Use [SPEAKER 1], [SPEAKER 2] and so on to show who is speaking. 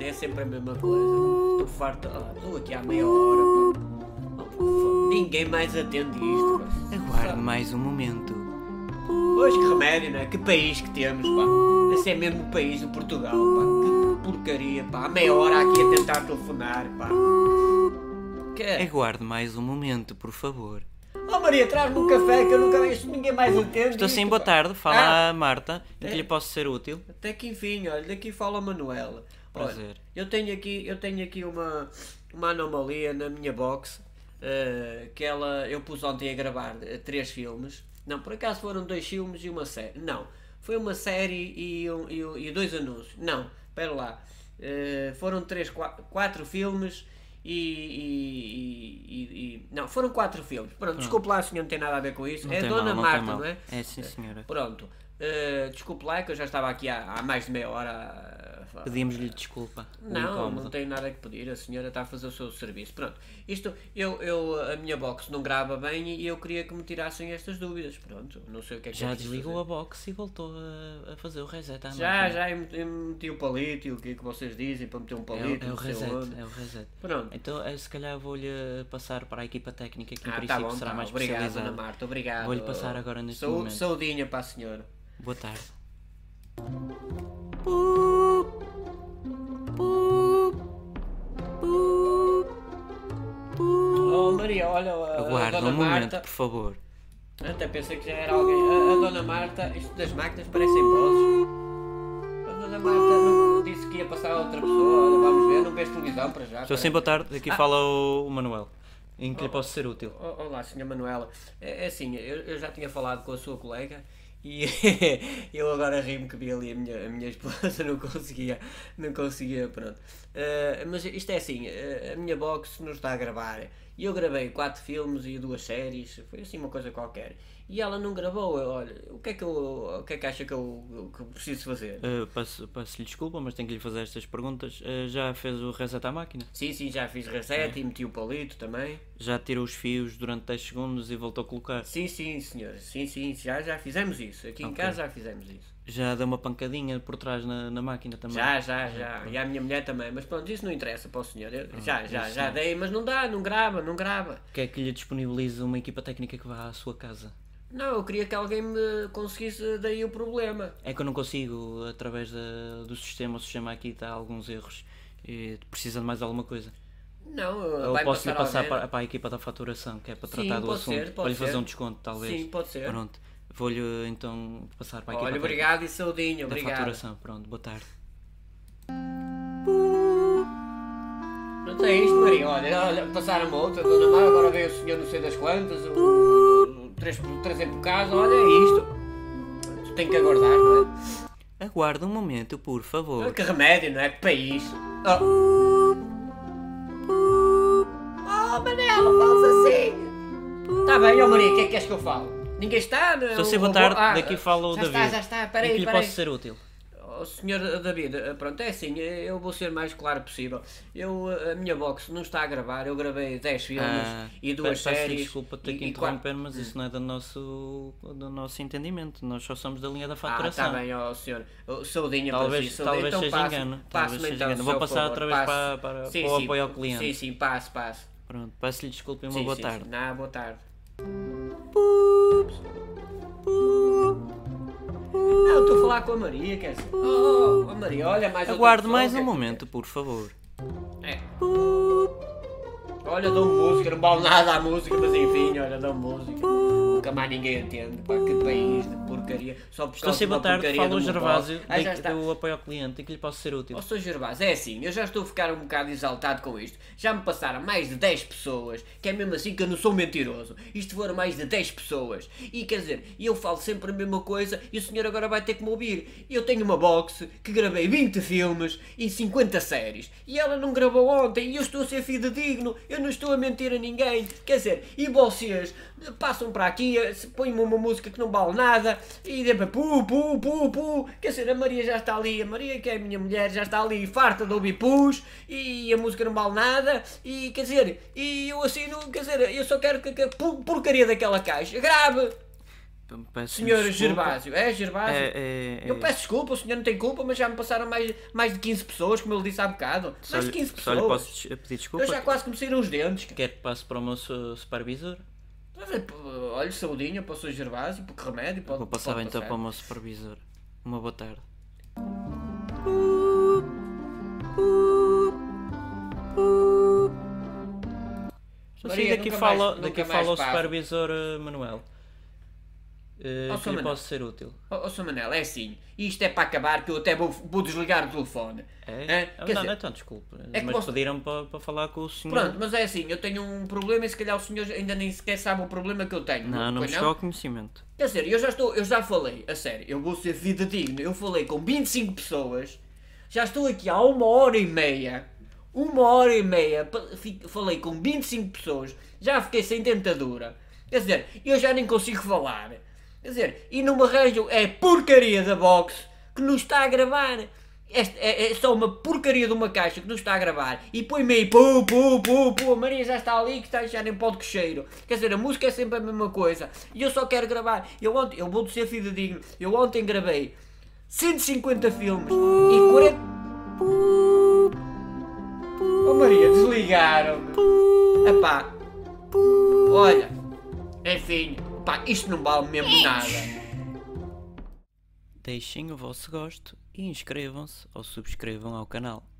[SPEAKER 1] é sempre a mesma coisa. Estou farto. Ah, estou aqui há meia hora. pá. Oh, fo- Ninguém mais atende isto. pá.
[SPEAKER 2] Aguarde mais um momento.
[SPEAKER 1] Pois que remédio, não é? Que país que temos, pá. Esse é mesmo o país, o Portugal, pá. Que porcaria, pá. Há meia hora aqui a tentar telefonar, pá. Que...
[SPEAKER 2] Aguarde mais um momento, por favor.
[SPEAKER 1] Oh Maria, traz-me um café que eu nunca vejo ninguém mais atende.
[SPEAKER 2] Estou sem
[SPEAKER 1] isto,
[SPEAKER 2] boa
[SPEAKER 1] pá.
[SPEAKER 2] tarde, fala a Marta, em
[SPEAKER 1] É.
[SPEAKER 2] que lhe posso ser útil.
[SPEAKER 1] Até que enfim, olha, daqui fala a Manuela. Olha,
[SPEAKER 2] Prazer.
[SPEAKER 1] eu tenho aqui, eu tenho aqui uma, uma anomalia na minha box eh, que ela eu pus ontem a gravar eh, três filmes. Não, por acaso foram dois filmes e uma série. Não, foi uma série e, um- e um- e dois anúncios. Não, espera lá. Eh, foram três, qua- quatro, filmes e, e- e- e- Não, foram quatro filmes. Pronto, desculpe lá, senhor, não tem nada a ver com isso.
[SPEAKER 2] Não
[SPEAKER 1] é
[SPEAKER 2] tem
[SPEAKER 1] Dona
[SPEAKER 2] mal, não
[SPEAKER 1] Marta,
[SPEAKER 2] tem mal.
[SPEAKER 1] não é?
[SPEAKER 2] É, sim, senhora.
[SPEAKER 1] Pronto, uh, desculpe lá que eu já estava aqui há, há mais de meia hora. a falar.
[SPEAKER 2] Pedimos-lhe desculpa. o
[SPEAKER 1] Não,
[SPEAKER 2] um incómodo.
[SPEAKER 1] não tenho nada que pedir, a senhora está a fazer o seu serviço. Pronto, isto, eu, eu, a minha box não grava bem e eu queria que me tirassem estas dúvidas. Pronto, não sei o que é que
[SPEAKER 2] Já
[SPEAKER 1] eu quis
[SPEAKER 2] desligou a
[SPEAKER 1] fazer.
[SPEAKER 2] box e voltou a, a fazer o reset à
[SPEAKER 1] Já,
[SPEAKER 2] máquina.
[SPEAKER 1] já, eu meti- eu meti o palito e o que é que vocês dizem para meter um
[SPEAKER 2] É, o-
[SPEAKER 1] palito.
[SPEAKER 2] é o
[SPEAKER 1] não sei
[SPEAKER 2] reset,
[SPEAKER 1] onde.
[SPEAKER 2] é o reset.
[SPEAKER 1] Pronto.
[SPEAKER 2] Então, eh, se calhar vou-lhe passar para a equipa técnica que, em
[SPEAKER 1] Ah, tá
[SPEAKER 2] princípio,
[SPEAKER 1] bom,
[SPEAKER 2] será
[SPEAKER 1] tá.
[SPEAKER 2] mais
[SPEAKER 1] obrigado, Ana
[SPEAKER 2] especializada.
[SPEAKER 1] Marta, obrigado.
[SPEAKER 2] Vou-lhe passar agora neste
[SPEAKER 1] Saú-
[SPEAKER 2] momento.
[SPEAKER 1] Saudinha para a senhora.
[SPEAKER 2] Boa tarde.
[SPEAKER 1] Oh, Maria, olha, a, a
[SPEAKER 2] Aguarde
[SPEAKER 1] dona
[SPEAKER 2] um momento,
[SPEAKER 1] Marta.
[SPEAKER 2] por favor.
[SPEAKER 1] Até pensei que já era alguém. A, a Dona Marta, isto das máquinas parecem vozes. A Dona Marta não disse que ia passar a outra pessoa. Olha, vamos ver, não vês televisão para já.
[SPEAKER 2] Estou
[SPEAKER 1] pá.
[SPEAKER 2] sem boa tarde, aqui fala o, o Manuel. Em que lhe posso ser útil?
[SPEAKER 1] O- Olá, Sra. Manuela. É, é assim, eu, eu já tinha falado com a sua colega e eu agora rimo que vi ali a minha, a minha esposa, não conseguia, não conseguia, pronto. Eh, mas isto é assim, eh, a minha box não está a gravar. E eu gravei quatro filmes e duas séries, foi assim uma coisa qualquer. E ela não gravou, eu, olha, o que é que eu, o que é que acha que eu, que eu preciso fazer?
[SPEAKER 2] Eh, Peço-lhe desculpa, mas tenho que lhe fazer estas perguntas. Eh, já fez o reset à máquina?
[SPEAKER 1] Sim, sim, já fiz reset e meti o palito também.
[SPEAKER 2] Já tirou os fios durante 10 segundos e voltou a colocar?
[SPEAKER 1] Sim, sim, senhor, sim, sim, já, já fizemos isso. Aqui em casa já fizemos isso.
[SPEAKER 2] Já deu uma pancadinha por trás na, na máquina também?
[SPEAKER 1] Já, já, já.
[SPEAKER 2] é?
[SPEAKER 1] E a minha mulher também. Mas pronto, isso não interessa para o senhor. Eu-
[SPEAKER 2] Ah,
[SPEAKER 1] já, já, já dei, mas não dá, não grava, não grava.
[SPEAKER 2] Quer que lhe disponibilize uma equipa técnica que vá à sua casa?
[SPEAKER 1] Não, eu queria que alguém me conseguisse daí o problema.
[SPEAKER 2] É que eu não consigo, através da- do sistema, o sistema aqui está alguns erros. E precisa de mais alguma coisa?
[SPEAKER 1] Não,
[SPEAKER 2] Ou
[SPEAKER 1] vai
[SPEAKER 2] posso lhe
[SPEAKER 1] passar
[SPEAKER 2] passar
[SPEAKER 1] alguém.
[SPEAKER 2] para, para a equipa da faturação, que é para tratar do
[SPEAKER 1] pode
[SPEAKER 2] assunto,
[SPEAKER 1] ser, pode
[SPEAKER 2] para lhe fazer
[SPEAKER 1] ser.
[SPEAKER 2] um desconto, talvez.
[SPEAKER 1] Sim, pode ser.
[SPEAKER 2] Pronto, vou-lhe então passar para a equipa
[SPEAKER 1] Olha,
[SPEAKER 2] técnica.
[SPEAKER 1] obrigado e saudinho,
[SPEAKER 2] da
[SPEAKER 1] obrigado.
[SPEAKER 2] faturação. Pronto, boa tarde.
[SPEAKER 1] Não tem isto, Maria. Olha, olha passaram uma outra, Dona Mar, agora veio o senhor não sei das quantas, o, o, o- três, trazer por casa, olha é isto. Tu tem que aguardar, não
[SPEAKER 2] Aguarde um momento, por
[SPEAKER 1] é?
[SPEAKER 2] favor.
[SPEAKER 1] Que remédio, não é? Que país. Oh,
[SPEAKER 3] Oh, Manela, faz assim!
[SPEAKER 1] tá bem, ó Maria, o que é que queres que eu falo? Ninguém está, não
[SPEAKER 2] Estou
[SPEAKER 1] eu
[SPEAKER 2] sem boa
[SPEAKER 1] vou-
[SPEAKER 2] tarde,
[SPEAKER 1] ah,
[SPEAKER 2] daqui fala o
[SPEAKER 1] já
[SPEAKER 2] David.
[SPEAKER 1] está, já está, peraí,
[SPEAKER 2] Em que lhe
[SPEAKER 1] peraí.
[SPEAKER 2] posso ser útil?
[SPEAKER 1] Oh, senhor David, eh, pronto, é assim, eh, eu vou ser mais claro possível. Eu, eh, a minha box não está a gravar, eu gravei 10 filmes
[SPEAKER 2] Ah,
[SPEAKER 1] e duas
[SPEAKER 2] peço- peço-lhe
[SPEAKER 1] séries.
[SPEAKER 2] desculpa ter
[SPEAKER 1] e-
[SPEAKER 2] que
[SPEAKER 1] e quatro- Hum.
[SPEAKER 2] interromper, mas isso não é do nosso, do nosso entendimento. Nós só somos da linha da
[SPEAKER 1] Ah,
[SPEAKER 2] faturação.
[SPEAKER 1] está bem, ó senhor. Oh, Saudinha
[SPEAKER 2] Talvez-
[SPEAKER 1] para si, saudinha.
[SPEAKER 2] talvez
[SPEAKER 1] então,
[SPEAKER 2] seja
[SPEAKER 1] passe,
[SPEAKER 2] engano,
[SPEAKER 1] passe-me
[SPEAKER 2] talvez seja
[SPEAKER 1] então,
[SPEAKER 2] engano. Vou
[SPEAKER 1] seu
[SPEAKER 2] passar
[SPEAKER 1] favor,
[SPEAKER 2] outra vez
[SPEAKER 1] passe.
[SPEAKER 2] para- para-
[SPEAKER 1] Sim,
[SPEAKER 2] para o
[SPEAKER 1] sim,
[SPEAKER 2] apoio ao cliente.
[SPEAKER 1] Sim, sim, passe, passe.
[SPEAKER 2] Pronto, peço-lhe desculpa e uma
[SPEAKER 1] Sim,
[SPEAKER 2] boa
[SPEAKER 1] sim,
[SPEAKER 2] tarde.
[SPEAKER 1] Sim. Ah, boa tarde. Não, estou a falar com a Maria, quer dizer. Oh, oh, Maria, olha mais outra
[SPEAKER 2] Aguarde
[SPEAKER 1] pessoa,
[SPEAKER 2] mais
[SPEAKER 1] o
[SPEAKER 2] um
[SPEAKER 1] que é que-
[SPEAKER 2] momento, por favor.
[SPEAKER 1] É. Olha, dou música, não vale nada à música, mas enfim, olha, dou música. Nunca mais ninguém atende, pá, que país de porcaria. Só por
[SPEAKER 2] Estou
[SPEAKER 1] causa
[SPEAKER 2] sem
[SPEAKER 1] de uma
[SPEAKER 2] boa tarde,
[SPEAKER 1] porcaria
[SPEAKER 2] fala o
[SPEAKER 1] de um
[SPEAKER 2] Gervásio
[SPEAKER 1] bloco. Ah, já
[SPEAKER 2] de-
[SPEAKER 1] está.
[SPEAKER 2] do apoio ao cliente, em que lhe posso ser útil.
[SPEAKER 1] Ó, Sr. Gervásio, é assim, eu já estou a ficar um bocado exaltado com isto. Já me passaram mais de 10 pessoas, que é mesmo assim que eu não sou mentiroso. Isto foram mais de 10 pessoas. E quer dizer, eu falo sempre a mesma coisa e o senhor agora vai ter que me ouvir. Eu tenho uma box que gravei 20 filmes e 50 séries. E ela não gravou ontem e eu estou a ser fidedigno. Eu não estou a mentir a ninguém. Quer dizer, e vocês passam para aqui, eh, se- põem-me uma música que não vale nada e depois pu, pu, pu, pu. Quer dizer, a Maria já está ali, a Maria que é a minha mulher já está ali farta de ouvir pus e a música não vale nada e quer dizer, e eu assim, não, quer dizer, eu só quero que que a pu- porcaria daquela caixa grave.
[SPEAKER 2] Peço
[SPEAKER 1] Senhor Gervásio, é Gervásio?
[SPEAKER 2] É, é,
[SPEAKER 1] Eu
[SPEAKER 2] é.
[SPEAKER 1] peço desculpa, o senhor não tem culpa, mas já me passaram mais, mais de 15 pessoas, como ele disse há bocado.
[SPEAKER 2] Só
[SPEAKER 1] Mais de
[SPEAKER 2] lhe-
[SPEAKER 1] 15
[SPEAKER 2] Só lhe
[SPEAKER 1] pessoas.
[SPEAKER 2] posso des- pedir desculpa.
[SPEAKER 1] Eu já quase comecei os dentes.
[SPEAKER 2] Quer que passe para o meu su- supervisor?
[SPEAKER 1] é, Olha, saudinha para o Sr. Gervásio, porque remédio pode
[SPEAKER 2] Vou passar
[SPEAKER 1] pode
[SPEAKER 2] então para o meu supervisor. Uma boa tarde. Sou
[SPEAKER 1] Maria,
[SPEAKER 2] sim, daqui
[SPEAKER 1] nunca
[SPEAKER 2] fala,
[SPEAKER 1] mais-
[SPEAKER 2] daqui
[SPEAKER 1] nunca
[SPEAKER 2] fala o
[SPEAKER 1] mais passo.
[SPEAKER 2] supervisor eh, Manuel. Eh,
[SPEAKER 1] Ó,
[SPEAKER 2] se
[SPEAKER 1] Sr.
[SPEAKER 2] lhe
[SPEAKER 1] Manuel.
[SPEAKER 2] posso ser útil.
[SPEAKER 1] Ó oh, Sr. Manel, é assim, isto é para acabar que eu até vou, vou desligar o telefone.
[SPEAKER 2] É?
[SPEAKER 1] Hã?
[SPEAKER 2] Ah,
[SPEAKER 1] Quer
[SPEAKER 2] não,
[SPEAKER 1] dizer,
[SPEAKER 2] não, então, desculpe.
[SPEAKER 1] é que
[SPEAKER 2] mas
[SPEAKER 1] você-
[SPEAKER 2] pediram para, para falar com o senhor.
[SPEAKER 1] Pronto, mas é assim, eu tenho um problema e se calhar o senhor ainda nem sequer sabe o problema que eu tenho.
[SPEAKER 2] Não, não me
[SPEAKER 1] pois
[SPEAKER 2] chegou ao conhecimento.
[SPEAKER 1] Quer dizer, eu já estou, eu já falei, a sério, eu vou ser fidedigno, eu falei com 25 pessoas, já estou aqui há uma hora e meia, uma hora e meia, pa- fi- falei com 25 pessoas, já fiquei sem dentadura, quer dizer, eu já nem consigo falar, quer dizer, e não me arranjo, é porcaria da box que nos está a gravar, Este- é, é só uma porcaria de uma caixa que nos está a gravar e põe-me aí, pu, pu, pu, pu, a Maria já está ali que está já nem pode que cheiro. Quer dizer, a música é sempre a mesma coisa e eu só quero gravar. Eu ontem, eu vou ser fidedigno, eu ontem gravei 150 filmes e 40. Oh Maria, desligaram-me. Epá, olha, enfim, pá, isto não vale mesmo nada.
[SPEAKER 2] Deixem o vosso gosto e inscrevam-se ou subscrevam ao canal.